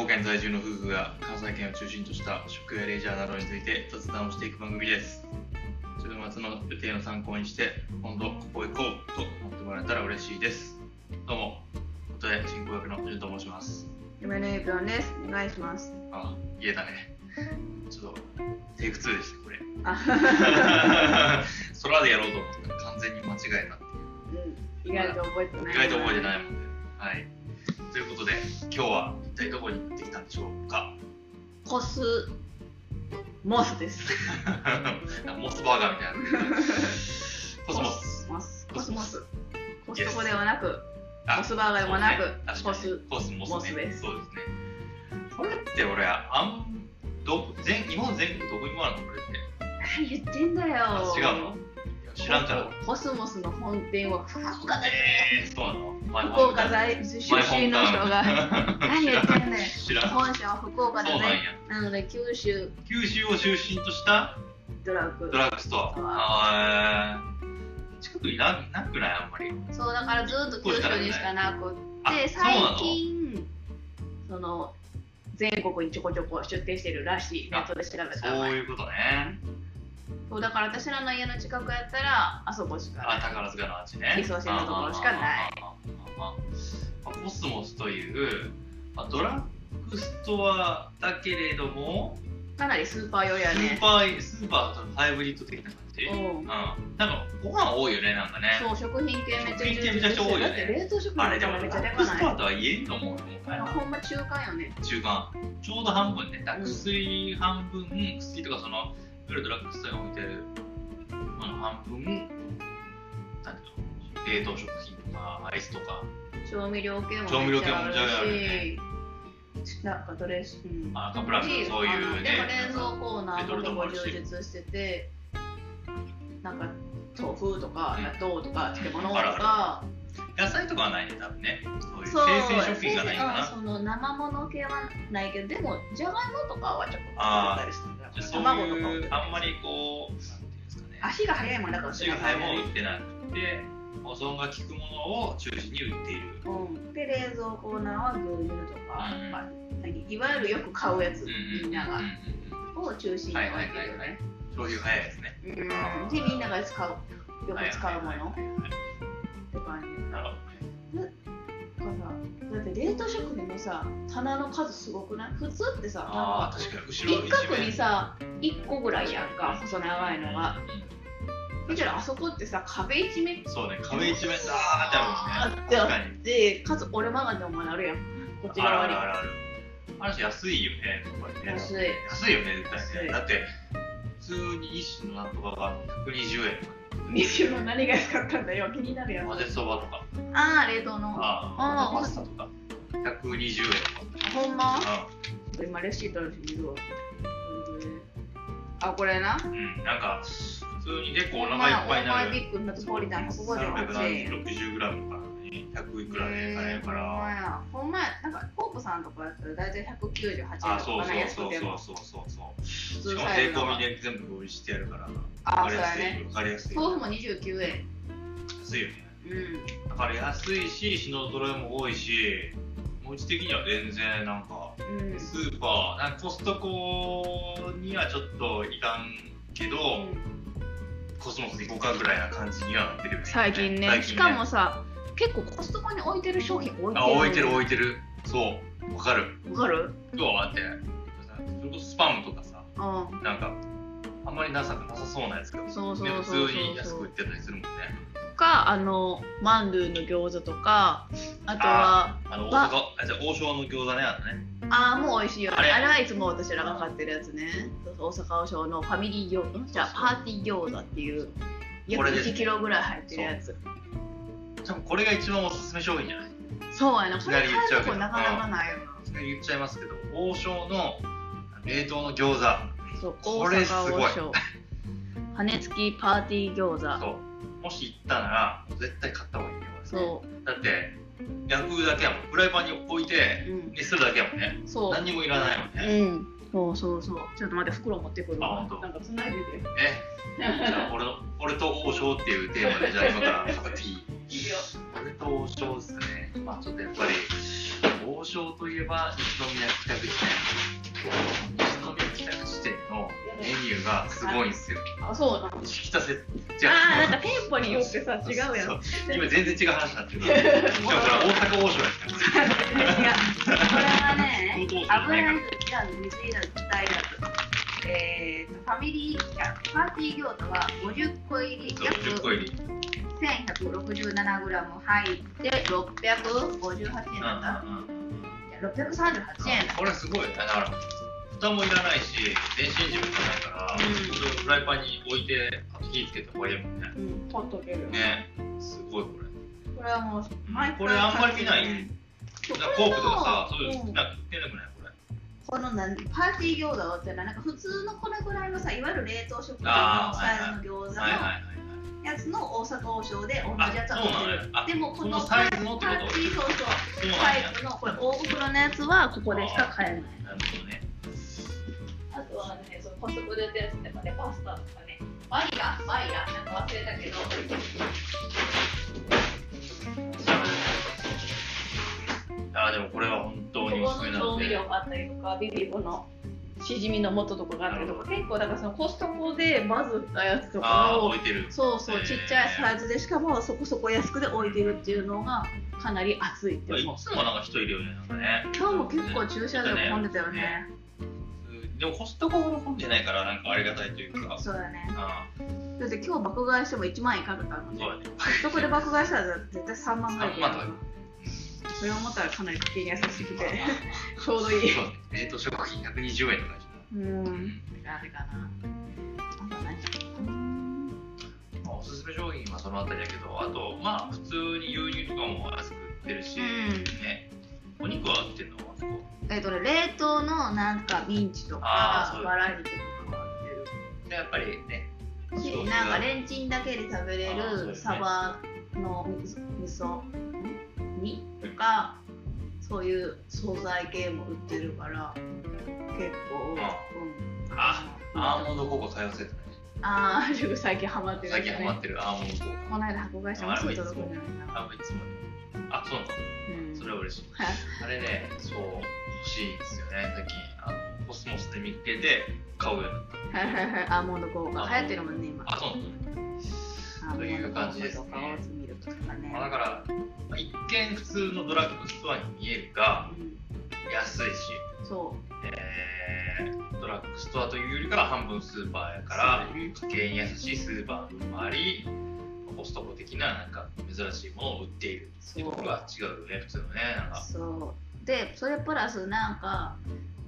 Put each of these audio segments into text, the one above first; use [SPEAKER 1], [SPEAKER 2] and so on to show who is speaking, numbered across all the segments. [SPEAKER 1] 夫婦が関西圏を中心とした食やレジャーなどについて雑談をしていく番組です。週末の予定の参考にして、今度ここ行こうと思ってもらえたら嬉しいです。どうも、元へ進行役の淳と申します。
[SPEAKER 2] 夢の指輪です。お願いします。
[SPEAKER 1] あ、家だね。ちょっと、テイク2でした、これ。
[SPEAKER 2] あ、
[SPEAKER 1] 空でやろうと思ったら完全に間違えたっていう。
[SPEAKER 2] うん、意外と覚えてない。
[SPEAKER 1] 意外と覚えて
[SPEAKER 2] い。
[SPEAKER 1] ないもんね。はい。ということで、今日は一体どこに行ってきたんでしょうか。
[SPEAKER 2] コスモスです。
[SPEAKER 1] モスバーガーみたいな。 コスモス。
[SPEAKER 2] モス。コスモス。コ
[SPEAKER 1] ス
[SPEAKER 2] ストコではなく、モスバーガーでもなく、
[SPEAKER 1] コ
[SPEAKER 2] コ
[SPEAKER 1] ス、
[SPEAKER 2] ス。
[SPEAKER 1] コスモス
[SPEAKER 2] モス
[SPEAKER 1] ね。
[SPEAKER 2] です
[SPEAKER 1] そうですね。これって俺あんど全日本全国どこにもあるのこれって。
[SPEAKER 2] 何言ってんだよ。
[SPEAKER 1] あ違うの。いや知らんから。。
[SPEAKER 2] コスモスの本店は福岡だよ。
[SPEAKER 1] えー、そうなの。前
[SPEAKER 2] 福岡在出
[SPEAKER 1] 前
[SPEAKER 2] 身の人が。
[SPEAKER 1] 本タウン
[SPEAKER 2] 何
[SPEAKER 1] 知
[SPEAKER 2] 言
[SPEAKER 1] ら
[SPEAKER 2] ってん
[SPEAKER 1] ん。
[SPEAKER 2] だよ。
[SPEAKER 1] 知らん。そ
[SPEAKER 2] 本社は福岡
[SPEAKER 1] うな
[SPEAKER 2] だ
[SPEAKER 1] んや
[SPEAKER 2] ね。。なので九州
[SPEAKER 1] 九州を中心とした
[SPEAKER 2] ドラッグ
[SPEAKER 1] ド。ラッグストア。あー近くにななくないあんまり。
[SPEAKER 2] そうだからずっと九州にしかなくっ
[SPEAKER 1] あ
[SPEAKER 2] て
[SPEAKER 1] そうな
[SPEAKER 2] 最
[SPEAKER 1] の
[SPEAKER 2] 近その全国にちょこちょこ出店してるらしいネットで調べた
[SPEAKER 1] そう
[SPEAKER 2] ら
[SPEAKER 1] いうことね。
[SPEAKER 2] そうだから私らの家の近くやったらあそこしか
[SPEAKER 1] あ、
[SPEAKER 2] ない
[SPEAKER 1] 宝塚の味ね。
[SPEAKER 2] 理想線のところしかない
[SPEAKER 1] あ。あああああコスモスという、まあ、ドラッグストアだけれども、
[SPEAKER 2] かなりスーパー寄りや
[SPEAKER 1] スー
[SPEAKER 2] ね
[SPEAKER 1] パースーパーとのハイブリッド的な感じ。うん。
[SPEAKER 2] うん
[SPEAKER 1] なんかご飯多いよねなんかね。
[SPEAKER 2] そう食品系めっちゃ充実
[SPEAKER 1] 食品系めちゃくちゃ多いよね
[SPEAKER 2] だって冷凍食
[SPEAKER 1] あれ
[SPEAKER 2] 品
[SPEAKER 1] で
[SPEAKER 2] と
[SPEAKER 1] もド
[SPEAKER 2] かめ
[SPEAKER 1] ラ
[SPEAKER 2] っちゃで
[SPEAKER 1] ッ
[SPEAKER 2] か
[SPEAKER 1] グスト
[SPEAKER 2] な
[SPEAKER 1] ア
[SPEAKER 2] い
[SPEAKER 1] とは言えんと思うよ。もう
[SPEAKER 2] ほんま中間よね
[SPEAKER 1] 中間ちょうど半分ね脱水半分、薬とかそのいわゆるドラッグストアに置いてあるもの半分なんていうの冷凍食品とかアイスとか
[SPEAKER 2] 調味料系も
[SPEAKER 1] 調味
[SPEAKER 2] め
[SPEAKER 1] 料
[SPEAKER 2] っ
[SPEAKER 1] 系
[SPEAKER 2] ち
[SPEAKER 1] も
[SPEAKER 2] ゃ
[SPEAKER 1] め
[SPEAKER 2] あ
[SPEAKER 1] っ
[SPEAKER 2] る
[SPEAKER 1] ちゃあるね
[SPEAKER 2] しなんかドレッシング
[SPEAKER 1] あカップラーメンとかそういうね
[SPEAKER 2] でも冷蔵コーナーも結構充実しててなんか豆腐とか
[SPEAKER 1] うん
[SPEAKER 2] 納豆とか漬物と
[SPEAKER 1] ある
[SPEAKER 2] か、
[SPEAKER 1] 野菜とかはないね多分ねそういう
[SPEAKER 2] そう
[SPEAKER 1] 生鮮食品がないかな
[SPEAKER 2] あその生物系はないけどでもじゃがいもとかはちょっと
[SPEAKER 1] あー
[SPEAKER 2] 作ったりして
[SPEAKER 1] じゃあ
[SPEAKER 2] た
[SPEAKER 1] そう
[SPEAKER 2] 卵とかも
[SPEAKER 1] いうあんまりこうなんていうんですかね
[SPEAKER 2] 足が速いもんだから
[SPEAKER 1] 足が早いものを
[SPEAKER 2] う
[SPEAKER 1] 売ってなくて保存が効くものを中心に売っている
[SPEAKER 2] ん、で冷蔵コーナーは牛乳とか、
[SPEAKER 1] うん
[SPEAKER 2] まあ何いわゆるよく買うやつ、みんな
[SPEAKER 1] うん
[SPEAKER 2] が
[SPEAKER 1] うんうん
[SPEAKER 2] を中心に置
[SPEAKER 1] はい
[SPEAKER 2] いてるよね、
[SPEAKER 1] はいはいはいそういう早いですね
[SPEAKER 2] うんでみんなが使うよく使うも
[SPEAKER 1] はい
[SPEAKER 2] のっ
[SPEAKER 1] はいはいはい
[SPEAKER 2] て感じ
[SPEAKER 1] なるほど
[SPEAKER 2] だからだって冷凍食品のさ棚の数すごくない普通ってさなん
[SPEAKER 1] あ
[SPEAKER 2] か
[SPEAKER 1] ー確かに後ろ
[SPEAKER 2] 一角に
[SPEAKER 1] 面
[SPEAKER 2] さ1個ぐらいやんか細長いのが
[SPEAKER 1] う
[SPEAKER 2] だけどあそこってさ壁一面
[SPEAKER 1] んそうね壁一面だーってあるもんね確
[SPEAKER 2] あって
[SPEAKER 1] かに
[SPEAKER 2] でかつ折れ曲がってもなるやんこっち
[SPEAKER 1] あるあ
[SPEAKER 2] 側に
[SPEAKER 1] るあるあるあるし安いよねやっぱりね
[SPEAKER 2] 安い
[SPEAKER 1] 安いよね絶対
[SPEAKER 2] 安
[SPEAKER 1] ね
[SPEAKER 2] い
[SPEAKER 1] だって普通に一種のなんとかが120円とか
[SPEAKER 2] 西野何が安かったんだよ気になるやん
[SPEAKER 1] 混ぜそばとか
[SPEAKER 2] ああ冷凍の
[SPEAKER 1] あ
[SPEAKER 2] あー
[SPEAKER 1] ーパスタとか120円とか
[SPEAKER 2] ほんま
[SPEAKER 1] う、
[SPEAKER 2] 今レシートあるし見るわうんあこれなん
[SPEAKER 1] うん、なんか普通に結構お腹いっぱいにな
[SPEAKER 2] まあオーバー
[SPEAKER 1] る
[SPEAKER 2] ビッグナトポリタン158円
[SPEAKER 1] 360g からね100いくらで買えるか
[SPEAKER 2] ほんま
[SPEAKER 1] ら
[SPEAKER 2] やほんまやなんかコープさんとかやったら大体198円と
[SPEAKER 1] あ
[SPEAKER 2] か
[SPEAKER 1] そう
[SPEAKER 2] かな安
[SPEAKER 1] そう
[SPEAKER 2] く
[SPEAKER 1] そう
[SPEAKER 2] て
[SPEAKER 1] そ
[SPEAKER 2] も
[SPEAKER 1] うそうそうそう
[SPEAKER 2] 普
[SPEAKER 1] し
[SPEAKER 2] 通
[SPEAKER 1] かも
[SPEAKER 2] サイ
[SPEAKER 1] 税
[SPEAKER 2] ズの
[SPEAKER 1] 込みで全部用意してやるから、
[SPEAKER 2] あ
[SPEAKER 1] わか
[SPEAKER 2] そう
[SPEAKER 1] り
[SPEAKER 2] や
[SPEAKER 1] やす
[SPEAKER 2] ね
[SPEAKER 1] い、わかりやすい。
[SPEAKER 2] 豆腐も29円
[SPEAKER 1] 安いよね。
[SPEAKER 2] う
[SPEAKER 1] だから安いし、品揃えも多いし、もううち的には全然なんか、
[SPEAKER 2] んうん
[SPEAKER 1] スーパー、なんかコストコにはちょっといかんけど、コスモスで行こうかぐらいな感じにはなってるよね。
[SPEAKER 2] 最近ね
[SPEAKER 1] 最
[SPEAKER 2] しかもさ結構コストコに置いてる商品置いてる
[SPEAKER 1] あ、置いてる
[SPEAKER 2] わ
[SPEAKER 1] 置いてる。そう、わかる。
[SPEAKER 2] かる
[SPEAKER 1] 今日はだって、それこそスパムとかさ、
[SPEAKER 2] う
[SPEAKER 1] なんか、あんまりなさなさそうなやつが、
[SPEAKER 2] ん
[SPEAKER 1] ね、
[SPEAKER 2] そうそうそう
[SPEAKER 1] 普通に安
[SPEAKER 2] そ
[SPEAKER 1] く売っ
[SPEAKER 2] う
[SPEAKER 1] てたりするもんね。
[SPEAKER 2] かあのマンドゥの餃子とかあとは
[SPEAKER 1] あの、大
[SPEAKER 2] わ
[SPEAKER 1] 阪、あ、じゃあ王将の餃子ね、あのね。
[SPEAKER 2] あーもう美味しいよ
[SPEAKER 1] あ
[SPEAKER 2] あ
[SPEAKER 1] れ
[SPEAKER 2] れはいつも私らが買ってるやつねそうそう大阪王将のファミリー餃子じゃあパーティー餃子っていう
[SPEAKER 1] こ
[SPEAKER 2] 約
[SPEAKER 1] れですね
[SPEAKER 2] 1キロぐらい入ってるやつ
[SPEAKER 1] 多分これが一番おすすめ商品じゃない
[SPEAKER 2] そうやな、
[SPEAKER 1] いき
[SPEAKER 2] こ
[SPEAKER 1] な
[SPEAKER 2] れ
[SPEAKER 1] り
[SPEAKER 2] 買
[SPEAKER 1] 言っちゃう
[SPEAKER 2] う
[SPEAKER 1] け
[SPEAKER 2] と
[SPEAKER 1] ど
[SPEAKER 2] こなかなかないよ
[SPEAKER 1] それ言っちゃいますけど王将の冷凍の餃子
[SPEAKER 2] な。そう、
[SPEAKER 1] こ
[SPEAKER 2] 大
[SPEAKER 1] れすごい
[SPEAKER 2] 阪王将。羽根付きパーティー餃子。
[SPEAKER 1] そうもし行ったなら絶対買った方がいいねこれね
[SPEAKER 2] そ、
[SPEAKER 1] だって焼くだけやもんフライパンに置いうて
[SPEAKER 2] うん、
[SPEAKER 1] 熱するだけやもんね
[SPEAKER 2] そう。
[SPEAKER 1] 何にもいらないもんね、
[SPEAKER 2] うん、そうそうそう。ちょっと待って、袋持ってくる
[SPEAKER 1] あ
[SPEAKER 2] わ
[SPEAKER 1] 本。当
[SPEAKER 2] なんか繋いでて。
[SPEAKER 1] えじゃあ俺の俺と王将っていうテーマでじゃあ今から語っていい
[SPEAKER 2] いいよ。
[SPEAKER 1] 俺と王将ですねまあちょっとやっぱり王将といえば西宮北口店西宮北口店のメニューがすごいんですよ
[SPEAKER 3] あそうなの
[SPEAKER 1] 引き立せ違う
[SPEAKER 3] ああなんか店舗によってさ違うや
[SPEAKER 1] そ
[SPEAKER 3] ん
[SPEAKER 1] う今全然違う話になってるから でもこれは大阪王将ですから
[SPEAKER 2] 違う。これはね、
[SPEAKER 1] 高等
[SPEAKER 2] 油
[SPEAKER 1] じゃないから
[SPEAKER 2] 絵図、イラン、水色、大学。えーと、ファミリー機関、パーティー餃子は50個入り、
[SPEAKER 1] そう
[SPEAKER 2] 約
[SPEAKER 1] 10個入り
[SPEAKER 2] 1167グラム入って658円だった。
[SPEAKER 1] うんうんうん
[SPEAKER 2] いや638円だ。
[SPEAKER 1] これすごいだから蓋もいらないし電子レンジもいらないから、
[SPEAKER 3] うん
[SPEAKER 1] それをフライパンに置いてあと火つけてこれでもね
[SPEAKER 3] うんポンとける
[SPEAKER 1] ねすごいこれ
[SPEAKER 2] これはもう毎回
[SPEAKER 1] これあんまり見ない、
[SPEAKER 2] 買って
[SPEAKER 1] なんかコープとかさ
[SPEAKER 2] こ
[SPEAKER 1] そう
[SPEAKER 2] れ
[SPEAKER 1] い
[SPEAKER 2] の
[SPEAKER 1] うの好きな売ってなくないこれ
[SPEAKER 2] このなんパーティー餃子っていうのはなんか普通のこれぐらいのさいわゆる冷凍食品の
[SPEAKER 1] あー
[SPEAKER 2] サイズの餃子
[SPEAKER 1] はいはいはい
[SPEAKER 2] の
[SPEAKER 1] はい
[SPEAKER 2] やつの大阪王将で同
[SPEAKER 1] あ
[SPEAKER 2] じやつは
[SPEAKER 1] そうなの
[SPEAKER 2] 売っ
[SPEAKER 1] よ
[SPEAKER 2] てる
[SPEAKER 1] あ
[SPEAKER 2] でもこ
[SPEAKER 1] こ
[SPEAKER 2] の
[SPEAKER 1] の
[SPEAKER 2] パ
[SPEAKER 1] サ
[SPEAKER 2] ー
[SPEAKER 1] イ
[SPEAKER 2] テ
[SPEAKER 1] ズの
[SPEAKER 2] ィ
[SPEAKER 1] ってこと
[SPEAKER 2] ーそうそう
[SPEAKER 1] そうなん
[SPEAKER 2] タ
[SPEAKER 1] や
[SPEAKER 2] イプのこれ大袋のやつはここでしか買えない
[SPEAKER 1] なるほどね
[SPEAKER 4] あとはね、そのコスプレですとかね、パスタとかね、バイラ、バイラ、なんか忘れたけど、
[SPEAKER 1] あーでもこれは本当におす
[SPEAKER 4] ここ
[SPEAKER 1] すめ
[SPEAKER 4] の
[SPEAKER 1] なの
[SPEAKER 4] 調味
[SPEAKER 1] で
[SPEAKER 4] 料があったりとか、ビビボの
[SPEAKER 3] しじみの素とかがあったりとか結構だからそのコストコでバズったやつと
[SPEAKER 1] あ
[SPEAKER 3] か
[SPEAKER 1] あ
[SPEAKER 3] を
[SPEAKER 1] 置いてる
[SPEAKER 3] そうそう
[SPEAKER 1] へー
[SPEAKER 3] ちっちゃいサイズでしかもそこそこ安くで置いてるっていうのがかなり熱いって
[SPEAKER 1] い
[SPEAKER 3] 思う
[SPEAKER 1] つもなんか人いるよねなんかね
[SPEAKER 3] 今日も結構駐車場混んでたよね
[SPEAKER 1] うんでもコストコほど混んでないからなんかありがたいというか
[SPEAKER 2] そうだね
[SPEAKER 1] あ
[SPEAKER 3] だって今日爆買いしても1万円かかったの
[SPEAKER 1] ー
[SPEAKER 3] に
[SPEAKER 1] そうやね
[SPEAKER 3] そこで爆買いしたら絶対3万ぐらい
[SPEAKER 1] 3万とか
[SPEAKER 3] それを思ったらかなり家計に優しく
[SPEAKER 1] まあ
[SPEAKER 3] て
[SPEAKER 1] ま
[SPEAKER 3] ちょうどいい
[SPEAKER 1] そうね冷凍食品120円とかでし
[SPEAKER 3] うんあれかなあと何
[SPEAKER 1] ょまあおすすめ商品はそのあたりだけどあとまあ普通に牛乳とかも安く売ってるし、
[SPEAKER 2] うん
[SPEAKER 1] ねお肉は売ってんのあそこ
[SPEAKER 2] えっとね冷凍のなんか
[SPEAKER 3] ミンチと
[SPEAKER 1] あーそ
[SPEAKER 3] か
[SPEAKER 1] う
[SPEAKER 3] バラ肉とかが
[SPEAKER 1] でやっぱりね
[SPEAKER 2] でなんかレンチンだけで食べれ
[SPEAKER 1] あーそうで
[SPEAKER 2] る
[SPEAKER 1] すね
[SPEAKER 2] サバの味噌煮とかそういう惣菜系も売ってるから
[SPEAKER 3] 結構、うん、
[SPEAKER 1] あアーモンドココ多様性とかね
[SPEAKER 3] ああー僕最近ハマってる
[SPEAKER 1] 最近ハマ
[SPEAKER 3] ね
[SPEAKER 1] ってるアーモンドココ
[SPEAKER 3] この間箱買いしてもすぐ届くんじゃないかな
[SPEAKER 1] あいつもねあそうなの
[SPEAKER 3] うん
[SPEAKER 1] それは嬉しい
[SPEAKER 3] はい
[SPEAKER 1] あれねそう欲しいんですよね最近あのコスモスで見つけて買うようになっ
[SPEAKER 3] はいはいはい アーモンド効果流行ってるもんね今
[SPEAKER 1] たあそうなの
[SPEAKER 3] アーモンド効果とかオーツミルクとか
[SPEAKER 1] まあ、だ
[SPEAKER 3] ね
[SPEAKER 1] からまあ一見普通のドラッグストアに見えるが安いし、
[SPEAKER 3] うんそう
[SPEAKER 1] えードラッグストアというよりから半分スーパーやから
[SPEAKER 3] そうだね
[SPEAKER 1] 家計に優しいスーパーもありコストコ的ななんか珍しいものを売っているっていうところが違うよね普通のねなんか
[SPEAKER 2] そうでそれプラスなんか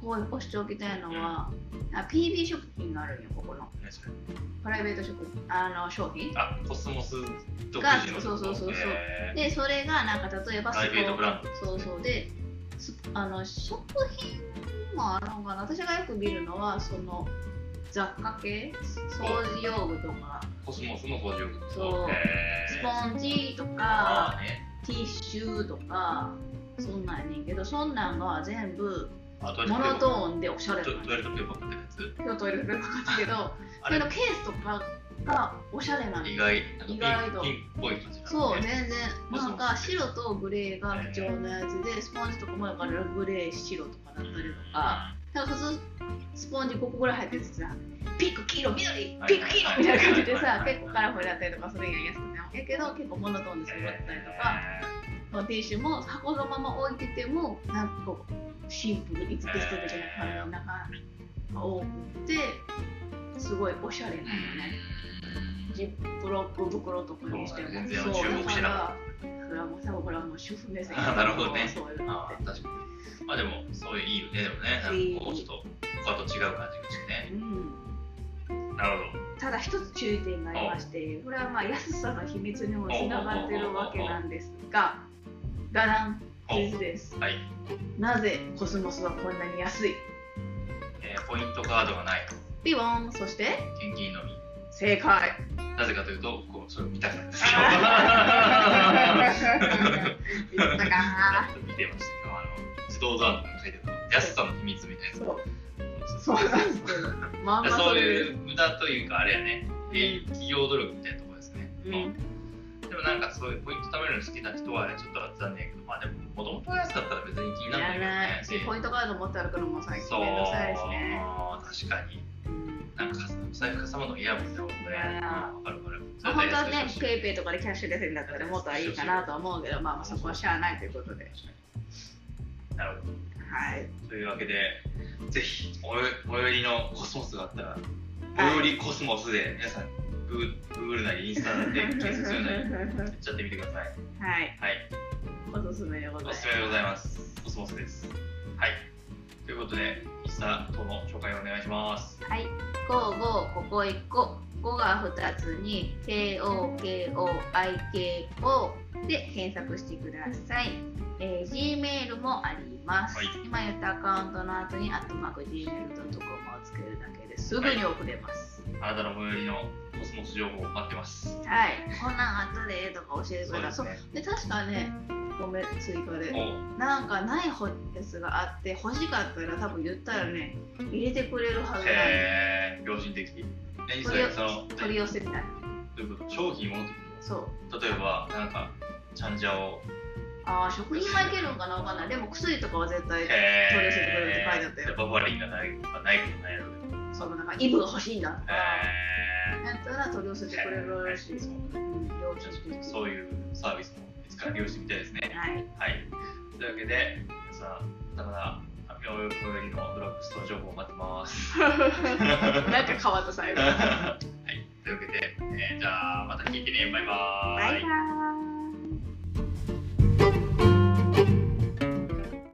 [SPEAKER 2] こう押しておきたいのは、あ PB 食品があるんよここの
[SPEAKER 1] ねそれ
[SPEAKER 2] プライベート食品あの商品
[SPEAKER 1] あコスモス独自の
[SPEAKER 2] そうそうそうそう
[SPEAKER 1] えー
[SPEAKER 2] でそれがなんか例えば
[SPEAKER 1] プライベートブランド
[SPEAKER 2] そうそうでスあの食品もあるのかな私がよく見るのはその雑貨系掃除用具とか
[SPEAKER 1] コスモスの工場
[SPEAKER 2] そう
[SPEAKER 1] え
[SPEAKER 2] ス
[SPEAKER 1] ー
[SPEAKER 2] ポンジと
[SPEAKER 1] ま
[SPEAKER 2] か
[SPEAKER 1] あね
[SPEAKER 2] ティッシュとかそんなんやねんけどそんなんが全部
[SPEAKER 1] あトイレ
[SPEAKER 2] モ
[SPEAKER 1] ットペーパー
[SPEAKER 2] ノトーンでおしゃれ
[SPEAKER 1] ト
[SPEAKER 2] な
[SPEAKER 1] イトイレットペーパーみたいなやつ
[SPEAKER 2] 今日トイレットペーパー買ったけど
[SPEAKER 1] あ
[SPEAKER 2] それ
[SPEAKER 1] れ
[SPEAKER 2] のケースとかがおしゃれなの
[SPEAKER 1] 意外なんか
[SPEAKER 2] 意外と
[SPEAKER 1] ピンピンっぽい感じな
[SPEAKER 2] そう
[SPEAKER 1] の
[SPEAKER 2] 全
[SPEAKER 1] ね
[SPEAKER 2] 然なんか白とグレーが基調のやつでスポンジとかもだからグレー白とかだったりとかなんか普通スポンジ5個ぐらい入ってるやつさピンク黄色緑ピンク黄色みたいな感じで
[SPEAKER 1] はいはい
[SPEAKER 2] さ
[SPEAKER 1] はいはい
[SPEAKER 2] 結構カラフルだったりとかそれが安くてやけど結構モノトーンで揃ったりとかそのティッシュも箱のまま置いててもなんかこうシンプルに作ってるじゃないかな中が多くてすごいおしゃれなのねジップロック袋とかにしても
[SPEAKER 1] そうだね全然
[SPEAKER 2] そう
[SPEAKER 1] 注目してなか
[SPEAKER 2] だからそれはもうさこれはもう主婦目線
[SPEAKER 1] あなるほどね
[SPEAKER 2] そういう
[SPEAKER 1] えー
[SPEAKER 2] のっ
[SPEAKER 1] あ
[SPEAKER 2] て
[SPEAKER 1] ー確かにまあでもそういういいよねでもねなんかこうちょっと他と違う感じがしてね
[SPEAKER 2] うん
[SPEAKER 1] なるほ
[SPEAKER 2] ただ一つ注意点がありましてこれはまあ安さの秘密にもつながってるわけなんですがガラン
[SPEAKER 1] ど
[SPEAKER 2] クイズです
[SPEAKER 1] おはい
[SPEAKER 2] なぜコスモスはこんなに安い
[SPEAKER 1] えーポイントカードがない
[SPEAKER 2] ピボンそして
[SPEAKER 1] 現金のみ
[SPEAKER 2] 正解
[SPEAKER 1] なぜかというとこうそれを見たからです
[SPEAKER 2] 言
[SPEAKER 1] よ
[SPEAKER 2] ったかな
[SPEAKER 1] 見てましたよあの自動ドアとかに書いてある安さの秘密みたいな
[SPEAKER 2] そう
[SPEAKER 1] そ
[SPEAKER 2] そううなんですけどまあまあ
[SPEAKER 1] そう
[SPEAKER 2] れ
[SPEAKER 1] いう無駄というかあれやね、え企業努力みたいなところですね、
[SPEAKER 2] うん
[SPEAKER 1] うんでもなんかそういうポイント貯めるの好きな人はちょっと残念やけどまあでももともとのやつだったら別に気に
[SPEAKER 2] い
[SPEAKER 1] ならな
[SPEAKER 2] ら
[SPEAKER 1] いよ
[SPEAKER 2] ないし、ポイン
[SPEAKER 1] ね。
[SPEAKER 2] トカード持って歩くのも最
[SPEAKER 1] そう
[SPEAKER 2] 近めんどくさいしね。
[SPEAKER 1] 確かに。なんか財布かさまの嫌やもんね、ほんとね。わかるわかる。
[SPEAKER 2] まあ本当はね、ペイペイ
[SPEAKER 1] イ
[SPEAKER 2] とかでキャッシュレスになったらもっといいかなとは思うけど、まあまあそこはしゃあないということで。
[SPEAKER 1] なるほど。
[SPEAKER 2] はい。
[SPEAKER 1] というわけで、ぜひおよ最寄りのコスモスがあったら、最寄りコスモスで皆さん、グーグルなりインスタなりで検索するなり、や
[SPEAKER 2] は
[SPEAKER 1] っちゃってみてください。
[SPEAKER 2] い。
[SPEAKER 1] はい、
[SPEAKER 2] おすすめでござい
[SPEAKER 1] お
[SPEAKER 2] ます
[SPEAKER 1] す
[SPEAKER 2] す。
[SPEAKER 1] めでございます。コスモスです。はい。ということで、インスタ等の紹介をお願いします。
[SPEAKER 2] はい。五五ここ一個。五が二つに K O K O I K O で検索してください。えー、Gmail もあります。
[SPEAKER 1] はい
[SPEAKER 2] 今言ったアカウントの後にアットマーク Gmail.com をつけるだけですぐに送れます。
[SPEAKER 1] あなたの最寄りのコスモス情報を待ってます。
[SPEAKER 2] はい。こんなん後でとか教えてく
[SPEAKER 1] そう
[SPEAKER 2] だ
[SPEAKER 1] です
[SPEAKER 2] さい。
[SPEAKER 1] ね。
[SPEAKER 2] で確かねごめん追加で
[SPEAKER 1] もう
[SPEAKER 2] なんかないホやつがあって欲しかったら多分言ったらね入れてくれるはずなんで
[SPEAKER 1] へー良心的。何そ
[SPEAKER 2] 取り
[SPEAKER 1] れ
[SPEAKER 2] 寄
[SPEAKER 1] その
[SPEAKER 2] 取り寄せみたい
[SPEAKER 1] どういうこと商品を
[SPEAKER 2] そう
[SPEAKER 1] 例えばなんかチャンジャを
[SPEAKER 2] ああ食品はいけるんかなわかんないでも薬とかは絶対取り寄せてくれるって書いてあったよ
[SPEAKER 1] バファリンがないまあないことないので。
[SPEAKER 2] そのなんかイブが欲しいんだとか
[SPEAKER 1] へ
[SPEAKER 2] やったら取り寄せてくれるらしいです
[SPEAKER 1] ー
[SPEAKER 2] うん両親的に
[SPEAKER 1] そういうサービスもいつか利用してみたいですね。
[SPEAKER 2] はい
[SPEAKER 1] はい。というわけで、皆さん、まだまだ、およりのドラッグストア情報を待ってます。
[SPEAKER 2] なんか変わった最後
[SPEAKER 1] はい。というわけで、えーじゃあ、また聞いてね。バイバー
[SPEAKER 2] バイバーイ